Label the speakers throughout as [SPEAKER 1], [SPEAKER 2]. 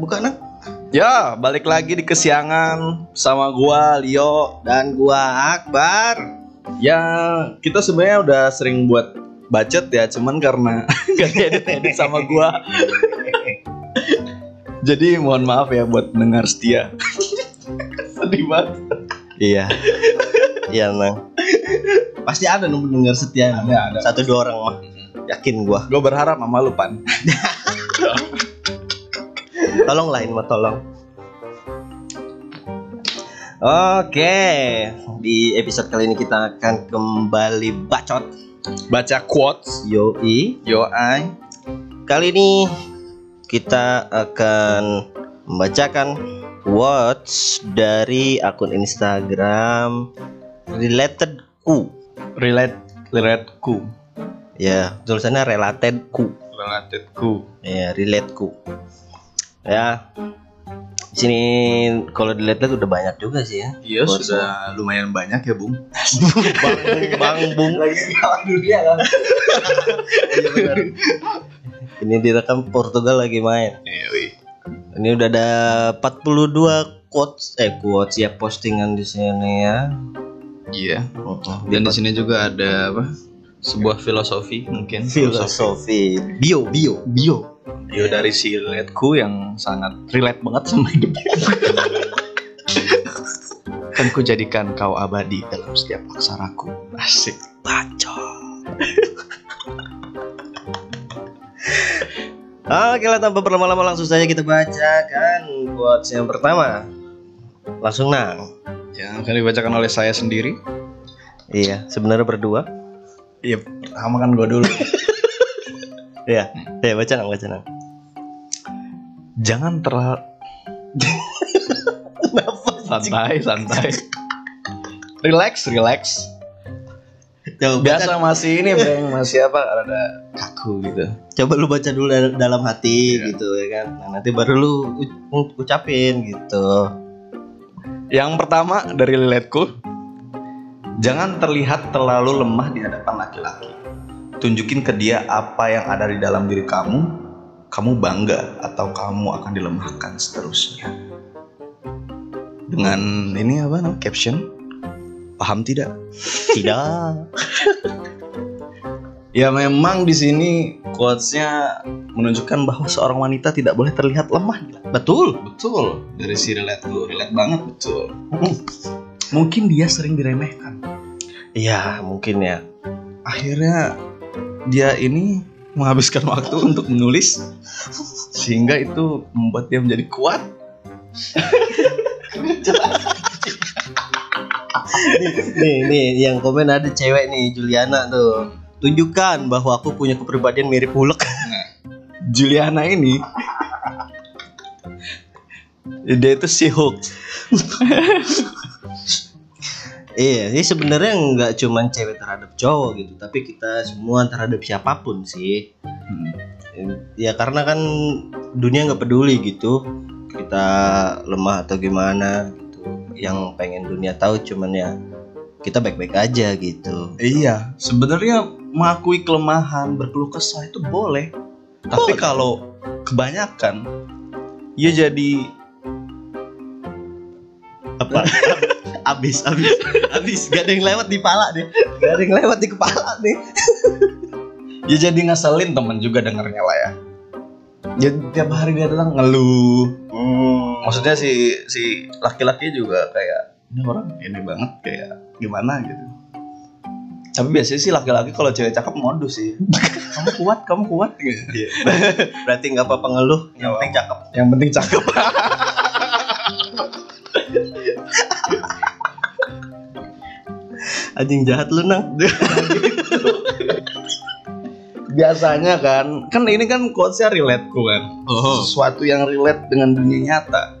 [SPEAKER 1] buka nak.
[SPEAKER 2] Ya, balik lagi di kesiangan sama gua Lio.
[SPEAKER 1] Dan gua Akbar.
[SPEAKER 2] Ya, kita sebenarnya udah sering buat budget ya, cuman karena gak diedit-edit sama gua. Jadi mohon maaf ya buat pendengar setia. Sedih banget.
[SPEAKER 1] Iya. iya nang. Pasti ada nung pendengar setia.
[SPEAKER 2] Ada, ada.
[SPEAKER 1] Satu dua orang mah. Yakin gua.
[SPEAKER 2] Gua berharap sama lu, Pan.
[SPEAKER 1] Tolong lain mah tolong. Oke, di episode kali ini kita akan kembali bacot
[SPEAKER 2] Baca quotes.
[SPEAKER 1] yoi.
[SPEAKER 2] Yo I.
[SPEAKER 1] Kali ini kita akan membacakan words dari akun Instagram related ku.
[SPEAKER 2] relate relateku.
[SPEAKER 1] Ya, tulisannya related ku.
[SPEAKER 2] Relateku.
[SPEAKER 1] Ya, relate ku. Ya. Di sini kalau dilihat-lihat udah banyak juga sih ya.
[SPEAKER 2] Iya,
[SPEAKER 1] Quotes.
[SPEAKER 2] sudah lumayan banyak ya, Bung.
[SPEAKER 1] Bang Bung.
[SPEAKER 2] Lagi kawan dunia lah.
[SPEAKER 1] Iya, benar. Ini direkam Portugal lagi main.
[SPEAKER 2] Eh,
[SPEAKER 1] Ini udah ada 42 quotes eh quotes ya postingan di sini ya.
[SPEAKER 2] Iya.
[SPEAKER 1] Mm-mm.
[SPEAKER 2] Dan di sini juga ada apa? Sebuah filosofi mungkin. Iya.
[SPEAKER 1] filosofi bio bio bio.
[SPEAKER 2] Yo dari si relateku yang sangat relate banget sama hidup. Dan ku jadikan kau abadi dalam setiap aksaraku. Asik.
[SPEAKER 1] Bacot. Oke lah tanpa berlama-lama langsung saja kita bacakan quotes yang pertama. Langsung nang.
[SPEAKER 2] Yang akan dibacakan oleh saya sendiri.
[SPEAKER 1] Iya, sebenarnya berdua.
[SPEAKER 2] Iya, pertama kan gua dulu.
[SPEAKER 1] Iya. Iya, baca nang, baca nang.
[SPEAKER 2] Jangan terlalu santai, santai. Relax, relax.
[SPEAKER 1] Coba
[SPEAKER 2] Biasa masih ini, Bang. Masih apa? Ada kaku gitu.
[SPEAKER 1] coba lu baca dulu dal- dalam hati
[SPEAKER 2] Iya.
[SPEAKER 1] gitu ya kan nah, nanti baru lu u- ucapin gitu
[SPEAKER 2] Yang pertama dari liletku Jangan terlihat terlalu lemah di hadapan laki-laki Tunjukin ke dia apa yang ada di dalam diri kamu Kamu bangga atau kamu akan dilemahkan seterusnya Dengan ini apa namanya caption Paham tidak?
[SPEAKER 1] tidak
[SPEAKER 2] Ya memang di sini quotesnya menunjukkan bahwa seorang wanita tidak boleh terlihat lemah. Betul, betul. Dari si relate tuh, relate banget betul. Mungkin dia sering diremehkan.
[SPEAKER 1] iya mungkin ya
[SPEAKER 2] Akhirnya dia ini menghabiskan waktu untuk menulis sehingga itu membuat dia menjadi kuat.
[SPEAKER 1] nih nih yang komen ada cewek nih Juliana tuh tunjukkan bahwa aku punya kepribadian mirip Hulk
[SPEAKER 2] Juliana ini dia itu si Hulk.
[SPEAKER 1] iya ini sebenarnya nggak cuman cewek terhadap cowok gitu tapi kita semua terhadap siapapun sih
[SPEAKER 2] Hmm.
[SPEAKER 1] ya karena kan dunia nggak peduli gitu kita lemah atau gimana gitu yang pengen dunia tahu cuman ya kita baik-baik aja gitu
[SPEAKER 2] Iya, sebenarnya mengakui kelemahan, berkeluh kesah itu boleh.
[SPEAKER 1] Boleh.
[SPEAKER 2] Tapi kalau kebanyakan ya jadi
[SPEAKER 1] apa abis abis abis gak ada yang lewat di kepala deh gak ada yang lewat di kepala nih
[SPEAKER 2] ya jadi ngeselin temen juga dengernya lah ya.
[SPEAKER 1] Ya,
[SPEAKER 2] Jadi tiap hari dia datang ngeluh. Maksudnya si si laki-laki juga kayak ini orang ini banget kayak gimana gitu. Tapi biasanya sih laki-laki kalau cewek cakep modus sih. kamu kuat, kamu kuat. Gitu.
[SPEAKER 1] berarti nggak apa-apa ngeluh yang
[SPEAKER 2] Nggak
[SPEAKER 1] penting cakep
[SPEAKER 2] Yang penting cakep.
[SPEAKER 1] anjing jahat lu nang
[SPEAKER 2] biasanya kan kan ini kan quotesnya relate ku kan sesuatu yang relate dengan dunia nyata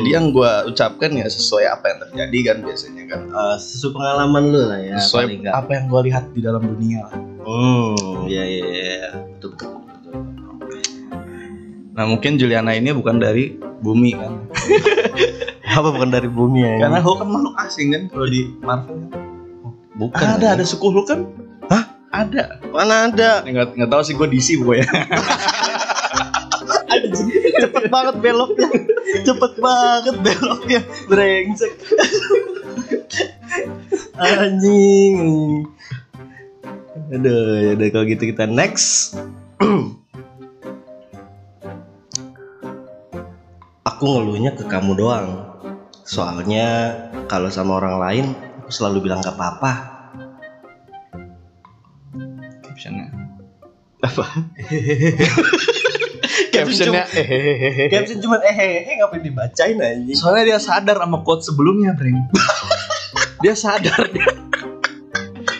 [SPEAKER 2] jadi yang gua ucapkan ya sesuai apa yang terjadi kan biasanya kan
[SPEAKER 1] eh, sesuai pengalaman lu lah ya paling
[SPEAKER 2] sesuai
[SPEAKER 1] nggak.
[SPEAKER 2] apa yang gua lihat di dalam dunia lah Oh.
[SPEAKER 1] hmm ya ya ya betul betul, betul.
[SPEAKER 2] nah mungkin Juliana ini bukan dari bumi kan
[SPEAKER 1] apa bukan dari bumi ya
[SPEAKER 2] karena Hulk kan makhluk asing kan kalau di Marvel Oh,
[SPEAKER 1] bukan
[SPEAKER 2] ada ada suku Hulk kan
[SPEAKER 1] Hah?
[SPEAKER 2] ada
[SPEAKER 1] mana ada
[SPEAKER 2] nggak nggak tahu sih gua DC pokoknya
[SPEAKER 1] cepet banget beloknya cepet banget beloknya brengsek anjing aduh yaudah kalau gitu kita next aku ngeluhnya ke kamu doang soalnya kalau sama orang lain aku selalu bilang gak apa-apa
[SPEAKER 2] captionnya
[SPEAKER 1] apa
[SPEAKER 2] captionnya eh
[SPEAKER 1] caption cuman eh eh eh ngapain dibacain anjing
[SPEAKER 2] soalnya dia sadar sama quote sebelumnya breng dia sadar dia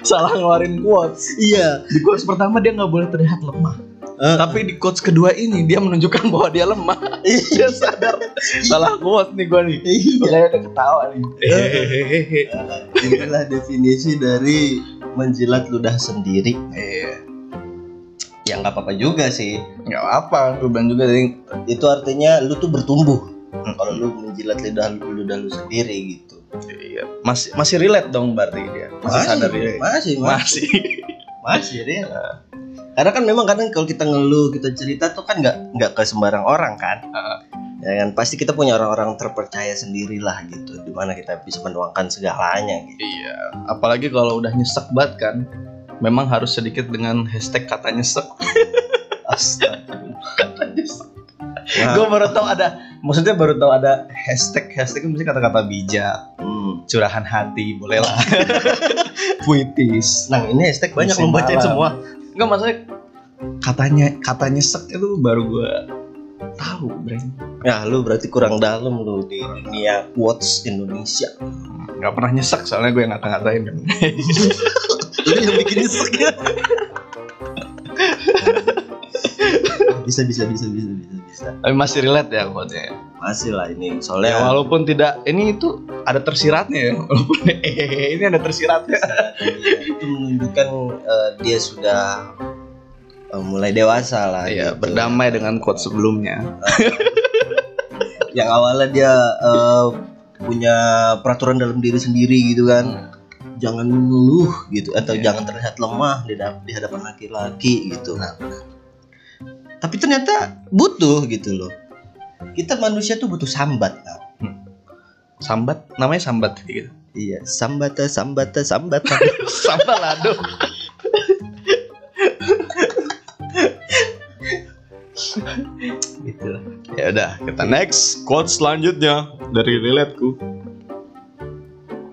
[SPEAKER 2] salah ngeluarin quotes
[SPEAKER 1] iya
[SPEAKER 2] di quotes pertama dia nggak boleh terlihat lemah
[SPEAKER 1] Eh.
[SPEAKER 2] tapi di quotes kedua ini dia menunjukkan bahwa dia lemah dia sadar salah quotes nih gua nih
[SPEAKER 1] iya
[SPEAKER 2] makanya udah ketawa nih
[SPEAKER 1] inilah definisi dari menjilat ludah sendiri
[SPEAKER 2] Iya.
[SPEAKER 1] ya nggak apa-apa juga sih
[SPEAKER 2] nggak apa gue bilang juga tadi
[SPEAKER 1] itu artinya lu tuh bertumbuh kalau lu menjilat lidah lu ludah lu sendiri gitu
[SPEAKER 2] Iya. masih masih relate dong berarti dia masih sadar dia
[SPEAKER 1] ya? masih masih
[SPEAKER 2] masih
[SPEAKER 1] masih dia karena kan memang kadang kalau kita ngeluh kita cerita tuh kan nggak nggak ke sembarang orang kan
[SPEAKER 2] Heeh.
[SPEAKER 1] ya kan pasti kita punya orang-orang terpercaya sendirilah gitu dimana kita bisa menuangkan segalanya gitu
[SPEAKER 2] iya apalagi kalau udah nyesek banget kan memang harus sedikit dengan hashtag kata nyesek gue
[SPEAKER 1] nah,
[SPEAKER 2] baru tau ada maksudnya baru tau ada hashtag hashtag itu mesti kata-kata bijak
[SPEAKER 1] hmm.
[SPEAKER 2] curahan hati bolehlah puitis
[SPEAKER 1] nah ini hashtag banyak
[SPEAKER 2] Musim
[SPEAKER 1] membacain
[SPEAKER 2] malam.
[SPEAKER 1] semua
[SPEAKER 2] nggak maksudnya katanya kata nyesek itu baru gue tahu breng
[SPEAKER 1] Ya lu berarti kurang dalam lu di dunia quotes Indonesia.
[SPEAKER 2] nggak pernah nyesek soalnya gue yang ngata-ngatain kan
[SPEAKER 1] Lu yang bikin nyesek ya. bisa bisa bisa bisa bisa bisa.
[SPEAKER 2] tapi masih relate ya quote-nya
[SPEAKER 1] Masih lah ini
[SPEAKER 2] Ya,
[SPEAKER 1] soalnya
[SPEAKER 2] walaupun tidak ini itu ada tersiratnya ya. Walaupun eh, ini ada tersiratnya.
[SPEAKER 1] itu menunjukkan eh, dia sudah eh, mulai dewasa lah.
[SPEAKER 2] Iya,
[SPEAKER 1] gitu.
[SPEAKER 2] berdamai dengan quote sebelumnya.
[SPEAKER 1] Yang awalnya dia eh, punya peraturan dalam diri sendiri gitu kan. Jangan mengeluh gitu atau
[SPEAKER 2] Iya.
[SPEAKER 1] jangan terlihat lemah di, dap- di hadapan laki-laki gitu. tapi ternyata butuh gitu loh kita manusia tuh butuh sambat Nal.
[SPEAKER 2] Sambat, namanya sambat gitu.
[SPEAKER 1] iya sambata sambata sambata
[SPEAKER 2] Sambalado.
[SPEAKER 1] gitu lah.
[SPEAKER 2] ya udah, kita next quote selanjutnya dari Liletku.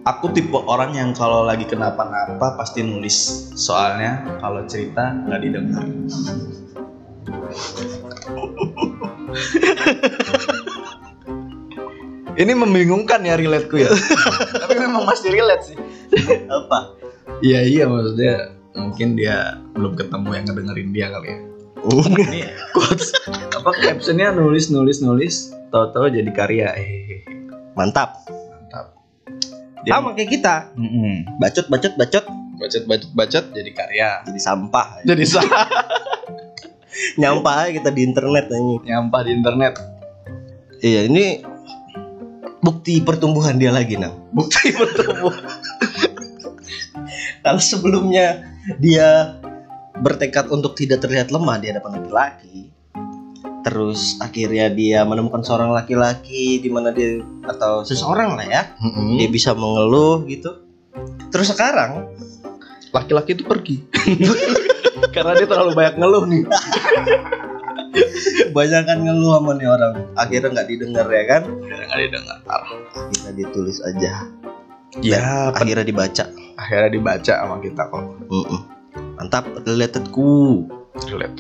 [SPEAKER 2] Aku tipe orang yang kalau lagi kenapa-napa pasti nulis. Soalnya kalau cerita nggak didengar. Ini membingungkan ya relateku ya. Tapi memang masih relate sih.
[SPEAKER 1] apa
[SPEAKER 2] Iya iya maksudnya mungkin dia belum ketemu yang ngedengerin dia kali ya.
[SPEAKER 1] Uh,
[SPEAKER 2] Ini quotes apa captionnya nulis nulis nulis tahu-tahu jadi karya. Eh,
[SPEAKER 1] mantap
[SPEAKER 2] mantap.
[SPEAKER 1] sama kayak kita bacot bacot bacot
[SPEAKER 2] Bacot bacot bacot jadi karya.
[SPEAKER 1] jadi sampah
[SPEAKER 2] Jadi sah
[SPEAKER 1] nyampah aja kita di internet anjing
[SPEAKER 2] nyampah di internet.
[SPEAKER 1] iya ini bukti pertumbuhan dia lagi nang
[SPEAKER 2] Bukti bertemu.
[SPEAKER 1] kalau sebelumnya dia bertekad untuk tidak terlihat lemah di hadapan laki-laki terus akhirnya dia menemukan seorang laki-laki di mana dia atau seseorang lah ya dia
[SPEAKER 2] Hmm.
[SPEAKER 1] bisa mengeluh gitu terus sekarang
[SPEAKER 2] Laki-laki itu pergi. Karena dia terlalu banyak ngeluh nih.
[SPEAKER 1] kebanyakan kan ngeluh sama nih orang akhirnya nggak didengar ya kan
[SPEAKER 2] Nggak didengar.
[SPEAKER 1] kita ditulis aja
[SPEAKER 2] Ya, pen-
[SPEAKER 1] akhirnya dibaca
[SPEAKER 2] akhirnya dibaca sama kita kok.
[SPEAKER 1] Mm-mm. mantap relatedku
[SPEAKER 2] Relate.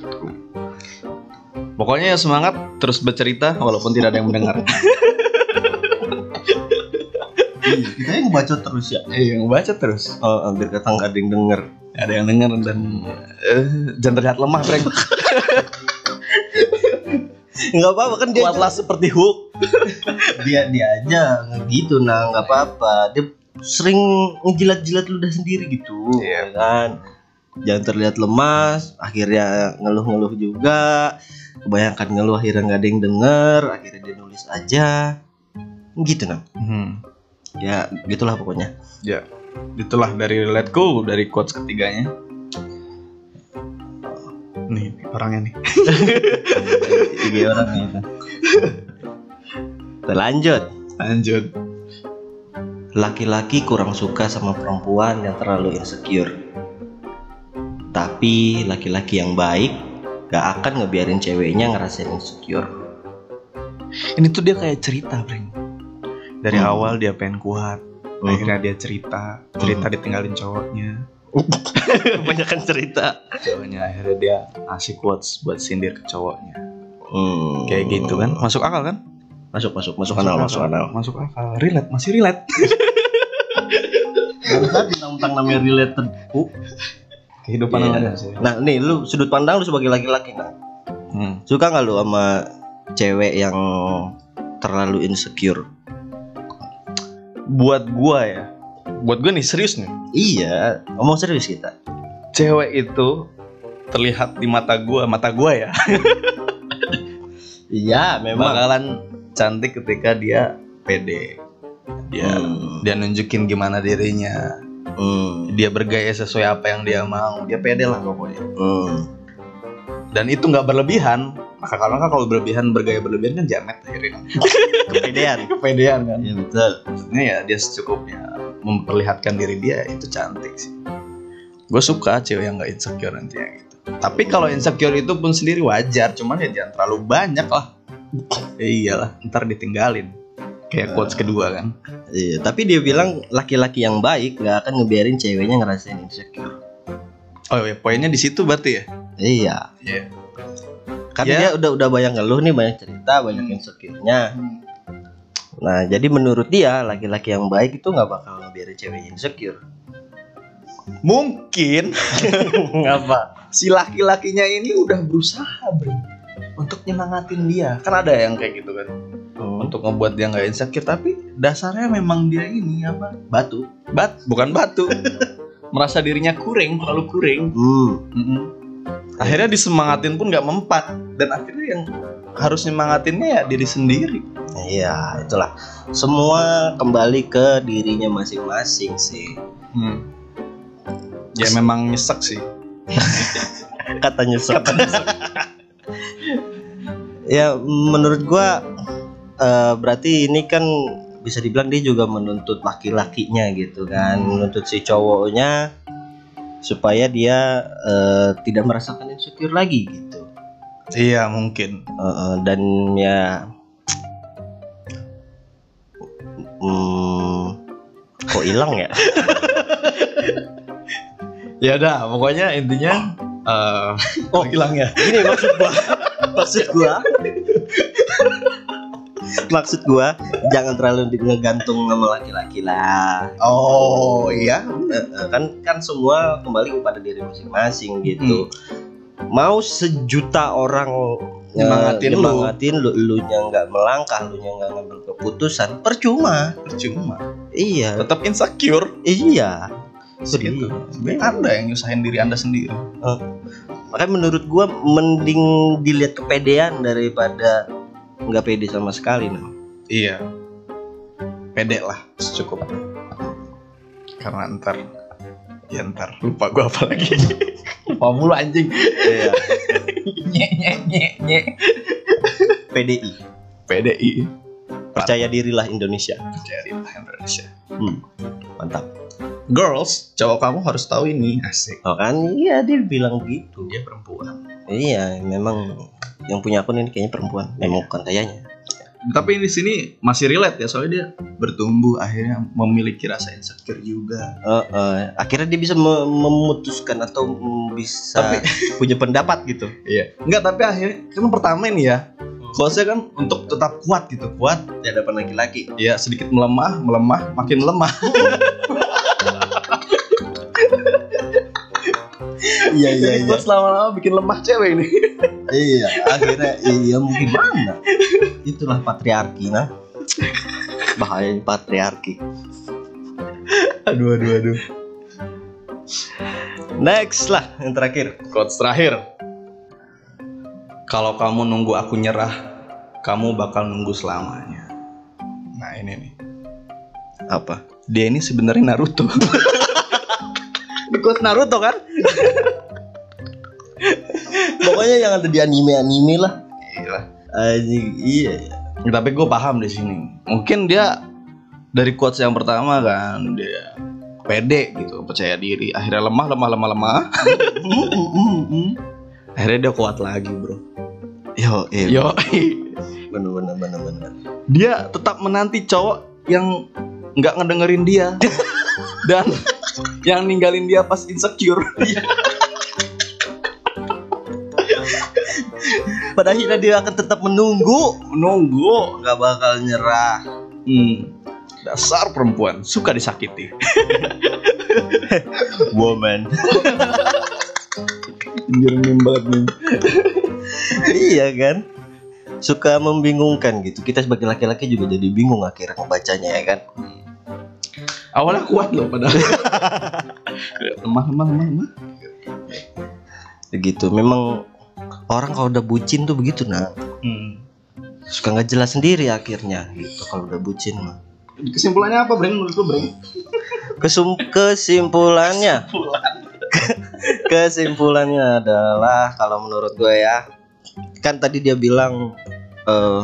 [SPEAKER 2] Pokoknya semangat terus bercerita walaupun tidak ada yang mendengar.
[SPEAKER 1] kita yang baca terus ya
[SPEAKER 2] Iya, yang baca terus.
[SPEAKER 1] oh, hampir kata nggak ada yang denger
[SPEAKER 2] Ada yang dengar dan eh, jangan terlihat lemah, Frank.
[SPEAKER 1] nggak apa-apa kan dia
[SPEAKER 2] Kuatlah seperti Hulk.
[SPEAKER 1] dia dia aja nggak gitu nah nggak apa-apa dia sering ngejilat-jilat ludah sendiri gitu
[SPEAKER 2] Iya.
[SPEAKER 1] ya kan jangan terlihat lemas akhirnya ngeluh-ngeluh juga kebanyakan ngeluh akhirnya nggak ada yang denger akhirnya dia nulis aja gitu nah
[SPEAKER 2] Hmm.
[SPEAKER 1] ya gitulah pokoknya
[SPEAKER 2] Ya. Itulah dari Letku dari quotes ketiganya. Nih, orangnya nih.
[SPEAKER 1] Iya orang itu Lanjut.
[SPEAKER 2] Lanjut.
[SPEAKER 1] Laki-laki kurang suka sama perempuan yang terlalu insecure. Tapi laki-laki yang baik gak akan ngebiarin ceweknya ngerasain insecure.
[SPEAKER 2] Ini tuh dia kayak cerita, Breng. Dari
[SPEAKER 1] Hmm.
[SPEAKER 2] awal dia pengen kuat, akhirnya dia cerita, cerita ditinggalin cowoknya.
[SPEAKER 1] Kebanyakan cerita.
[SPEAKER 2] Cowoknya akhirnya dia ngasih quotes buat sindir ke cowoknya.
[SPEAKER 1] Hmm.
[SPEAKER 2] Kayak gitu kan, masuk akal kan?
[SPEAKER 1] Masuk masuk masuk kanal masuk kanal.
[SPEAKER 2] Masuk akal, relate, masih relate.
[SPEAKER 1] tentang namanya related.
[SPEAKER 2] Kehidupan
[SPEAKER 1] Iya.
[SPEAKER 2] orang sih.
[SPEAKER 1] Nah nih lu sudut pandang lu sebagai laki-laki nah
[SPEAKER 2] Hmm.
[SPEAKER 1] suka nggak lu sama cewek yang terlalu insecure?
[SPEAKER 2] Buat gua ya, buat gua nih serius nih,
[SPEAKER 1] Iya, ngomong serius kita.
[SPEAKER 2] cewek itu terlihat di mata gua, mata gua ya,
[SPEAKER 1] Iya
[SPEAKER 2] bakalan cantik ketika dia pede. Dia
[SPEAKER 1] Hmm.
[SPEAKER 2] dia nunjukin gimana dirinya.
[SPEAKER 1] Hmm.
[SPEAKER 2] Dia bergaya sesuai apa yang dia mau. Dia pede lah pokoknya.
[SPEAKER 1] Hmm.
[SPEAKER 2] Dan itu nggak berlebihan. Maka kalau nggak kalau berlebihan bergaya berlebihan kan jamet akhirnya.
[SPEAKER 1] Kepedean.
[SPEAKER 2] Kepedean kan.
[SPEAKER 1] Iya betul.
[SPEAKER 2] Maksudnya ya dia secukupnya memperlihatkan diri dia itu cantik sih. Gue suka cewek yang nggak insecure nantinya gitu. Tapi kalau insecure itu pun sendiri wajar, cuman ya jangan terlalu banyak lah. Ya iyalah, ntar ditinggalin. Kayak quotes kedua kan.
[SPEAKER 1] Iya, tapi dia bilang laki-laki yang baik nggak akan ngebiarin ceweknya ngerasain insecure.
[SPEAKER 2] Oh ya, poinnya di situ berarti ya.
[SPEAKER 1] Iya.
[SPEAKER 2] Iya.
[SPEAKER 1] Karena
[SPEAKER 2] Iya.
[SPEAKER 1] dia udah udah banyak ngeluh nih banyak cerita banyak insecure-nya. Nah jadi menurut dia laki-laki yang baik itu nggak bakal ngebiarin ceweknya insecure.
[SPEAKER 2] Mungkin apa? Si laki-lakinya ini udah berusaha, Bro. Untuk nyemangatin dia. Kan ada yang kayak gitu kan. untuk ngebuat dia nggak insecure tapi dasarnya memang dia ini apa batu bat bukan batu merasa dirinya kuring terlalu kuring
[SPEAKER 1] Hmm.
[SPEAKER 2] akhirnya disemangatin pun nggak mempat dan akhirnya yang harus nyemangatinnya ya diri sendiri
[SPEAKER 1] Iya itulah. Semua kembali ke dirinya masing-masing sih.
[SPEAKER 2] Hmm. ya memang nyesek sih
[SPEAKER 1] Katanya nyesek. ya menurut gua eh, berarti ini kan bisa dibilang dia juga menuntut laki-lakinya gitu kan, menuntut si cowoknya supaya dia eh, tidak merasakan insecure lagi gitu.
[SPEAKER 2] iya mungkin
[SPEAKER 1] Eh, eh, dan ya hmm, kok hilang ya?
[SPEAKER 2] ya dah pokoknya intinya eh oh hilang ya
[SPEAKER 1] Gini maksud gua. maksud gua. maksud gua jangan terlalu di- ngegantung sama laki-laki lah.
[SPEAKER 2] oh iya
[SPEAKER 1] Eh, eh, kan kan semua kembali kepada diri masing-masing gitu mau sejuta orang eh,
[SPEAKER 2] Hmm. Nyemangatin lu.
[SPEAKER 1] nyemangatin lu lu nya nggak melangkah lu nya nggak ngambil keputusan percuma
[SPEAKER 2] percuma
[SPEAKER 1] iya
[SPEAKER 2] tetap insecure
[SPEAKER 1] iya
[SPEAKER 2] gitu
[SPEAKER 1] Iya.
[SPEAKER 2] Sebenarnya anda yang nyusahin diri anda sendiri
[SPEAKER 1] makanya menurut gua mending dilihat kepedean daripada nggak pede sama sekali nah
[SPEAKER 2] Iya. Pede lah, secukupnya. Karena ntar ya ntar lupa gua apa lagi. lupa mulu anjing.
[SPEAKER 1] iya.
[SPEAKER 2] nye nye nye nye.
[SPEAKER 1] PDI
[SPEAKER 2] PDI
[SPEAKER 1] percaya dirilah Indonesia
[SPEAKER 2] jadi Indonesia.
[SPEAKER 1] mantap
[SPEAKER 2] Girls, cowok kamu harus tahu ini asik.
[SPEAKER 1] oh kan iya dia bilang gitu
[SPEAKER 2] Dia perempuan.
[SPEAKER 1] Iya, memang yang punya akun ini kayaknya perempuan.
[SPEAKER 2] Iya.
[SPEAKER 1] Memang bukan kayaknya.
[SPEAKER 2] Tapi di sini masih relate ya soalnya dia bertumbuh akhirnya memiliki rasa insecure juga.
[SPEAKER 1] Eh, eh, akhirnya dia bisa me- memutuskan atau mm, bisa
[SPEAKER 2] Tapi-
[SPEAKER 1] punya pendapat gitu.
[SPEAKER 2] Iya. Enggak, tapi akhirnya kan pertama ini ya. Kalau saya kan untuk tetap kuat gitu, kuat
[SPEAKER 1] Di hadapan laki-laki.
[SPEAKER 2] ya sedikit melemah, melemah, makin melemah.
[SPEAKER 1] Iya iya
[SPEAKER 2] Jadi
[SPEAKER 1] iya.
[SPEAKER 2] quotes lama-lama bikin lemah cewek ini.
[SPEAKER 1] iya, akhirnya iya mungkin mana. Itulah patriarki nah. Bahaya patriarki.
[SPEAKER 2] Aduh, aduh, aduh.
[SPEAKER 1] Next lah yang terakhir.
[SPEAKER 2] Quotes terakhir. Kalau kamu nunggu aku nyerah, kamu bakal nunggu selamanya. Nah ini nih.
[SPEAKER 1] Apa?
[SPEAKER 2] Dia ini sebenarnya Naruto. Di quotes Naruto kan?
[SPEAKER 1] Pokoknya yang ada di anime-anime lah.
[SPEAKER 2] Iya.
[SPEAKER 1] anjing iya ya.
[SPEAKER 2] Ya, tapi gue paham di sini mungkin dia dari quotes yang pertama kan dia pede gitu percaya diri akhirnya lemah lemah lemah lemah Mm, akhirnya dia kuat lagi bro
[SPEAKER 1] yo iya
[SPEAKER 2] yo
[SPEAKER 1] bener bener bener bener
[SPEAKER 2] dia tetap menanti cowok yang nggak ngedengerin dia dan yang ninggalin dia pas insecure
[SPEAKER 1] pada akhirnya dia akan tetap menunggu
[SPEAKER 2] menunggu
[SPEAKER 1] nggak bakal nyerah
[SPEAKER 2] hmm. dasar perempuan suka disakiti
[SPEAKER 1] woman
[SPEAKER 2] anjir meme banget meme.
[SPEAKER 1] iya kan suka membingungkan gitu kita sebagai laki-laki juga jadi bingung akhirnya ngebacanya ya kan
[SPEAKER 2] awalnya kuat loh padahal lemah lemah lemah lemah
[SPEAKER 1] begitu memang orang kalau udah bucin tuh begitu nah
[SPEAKER 2] hmm.
[SPEAKER 1] suka nggak jelas sendiri akhirnya gitu kalau udah bucin mah
[SPEAKER 2] kesimpulannya apa Breng menurut lu Breng
[SPEAKER 1] Kesum kesimpulannya kesimpulannya adalah kalau menurut gue ya kan tadi dia bilang eh,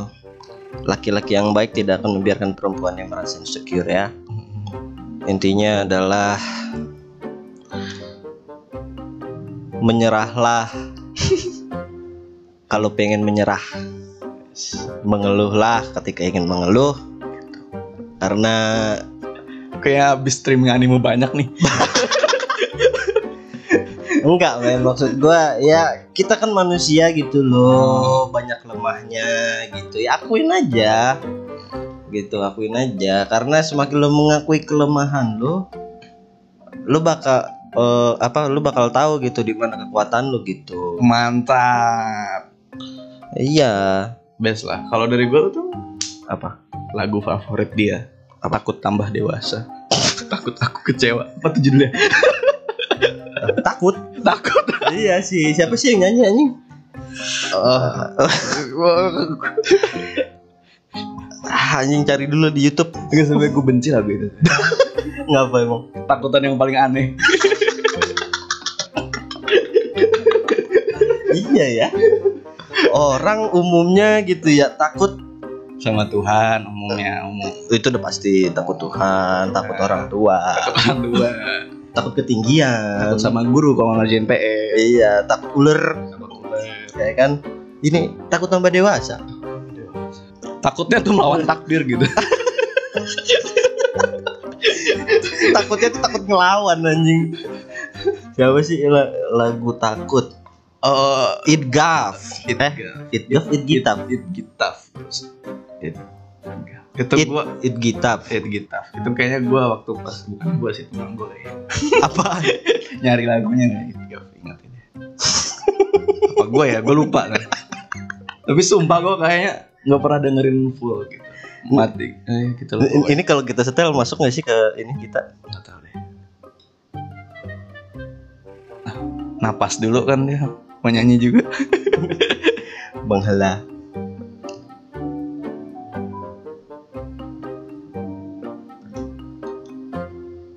[SPEAKER 1] laki-laki yang baik tidak akan membiarkan perempuan yang merasa insecure ya intinya adalah menyerahlah kalau pengen menyerah mengeluhlah ketika ingin mengeluh karena
[SPEAKER 2] kayak abis streaming anime banyak nih
[SPEAKER 1] enggak men maksud gua ya kita kan manusia gitu loh banyak lemahnya gitu ya akuin aja gitu akuin aja karena semakin lo mengakui kelemahan lo lo bakal eh, apa lo bakal tahu gitu di mana kekuatan lo gitu
[SPEAKER 2] mantap
[SPEAKER 1] iya
[SPEAKER 2] best lah kalau dari gue tuh
[SPEAKER 1] apa
[SPEAKER 2] lagu favorit dia takut tambah dewasa takut aku kecewa apa tuh judulnya
[SPEAKER 1] takut
[SPEAKER 2] takut
[SPEAKER 1] iya sih siapa sih yang nyanyi anjing Eh. Ah, anjing cari dulu di YouTube
[SPEAKER 2] Gak sampai gue benci lagu itu
[SPEAKER 1] ngapa emang
[SPEAKER 2] Takutan yang paling aneh
[SPEAKER 1] iya ya orang umumnya gitu ya takut
[SPEAKER 2] Sama Tuhan umumnya umum
[SPEAKER 1] itu udah pasti takut Tuhan, takut orang tua,
[SPEAKER 2] Orang tua
[SPEAKER 1] takut ketinggian,
[SPEAKER 2] Takut sama E. guru kalau ngerjain PS
[SPEAKER 1] iya, takut ular, ya kan? Ini takut tambah dewasa.
[SPEAKER 2] Takutnya tuh melawan takdir gitu
[SPEAKER 1] Takutnya tuh takut ngelawan anjing. Siapa sih la- lagu takut?
[SPEAKER 2] Eh,
[SPEAKER 1] It Gaff.
[SPEAKER 2] It
[SPEAKER 1] Eh, It Gaff, It Gitaf.
[SPEAKER 2] It Gitaf It Itu
[SPEAKER 1] It,
[SPEAKER 2] gue
[SPEAKER 1] it Gitaf.
[SPEAKER 2] It Gitaf Itu kayaknya gue waktu pas Bukan gue sih teman gue ya.
[SPEAKER 1] Apa?
[SPEAKER 2] Nyari lagunya nggak It Gitaf Ingat ini Apa gue ya gue lupa kan Tapi sumpah gue kayaknya Gak pernah dengerin full gitu Mati eh, Kita lupa
[SPEAKER 1] Ini kalau kita setel masuk nggak sih ke ini kita?
[SPEAKER 2] Gak tau deh Nah, Napas dulu kan dia Mau nyanyi juga
[SPEAKER 1] Menghela.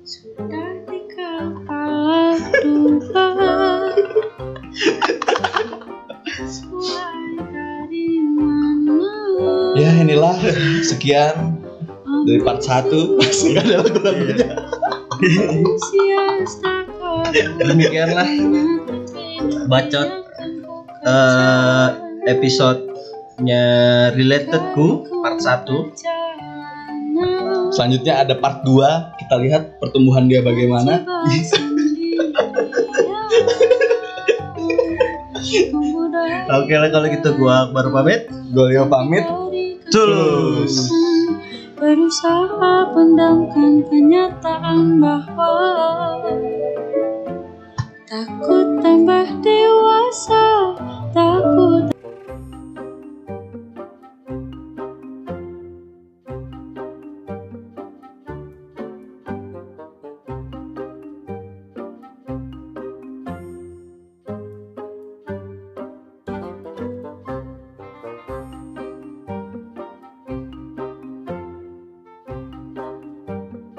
[SPEAKER 3] Sudah di kepala dua Mulai dari mana
[SPEAKER 2] Ya inilah Sekian dari part 1 Masih nggak ada lagu-lagunya
[SPEAKER 3] Manusia tak kau
[SPEAKER 2] Demikianlah
[SPEAKER 3] ingat.
[SPEAKER 1] Bacot.
[SPEAKER 3] Tanyakan
[SPEAKER 1] eh
[SPEAKER 3] ku
[SPEAKER 1] episode-nya Relatedku part 1
[SPEAKER 3] perjalanan.
[SPEAKER 2] Selanjutnya ada part 2 Kita lihat pertumbuhan dia bagaimana
[SPEAKER 1] Oke lah kalau gitu gua Akbar pamit
[SPEAKER 2] Golio pamit
[SPEAKER 1] Tulus
[SPEAKER 3] Berusaha pendamkan kenyataan bahwa Takut tambah dewasa Takut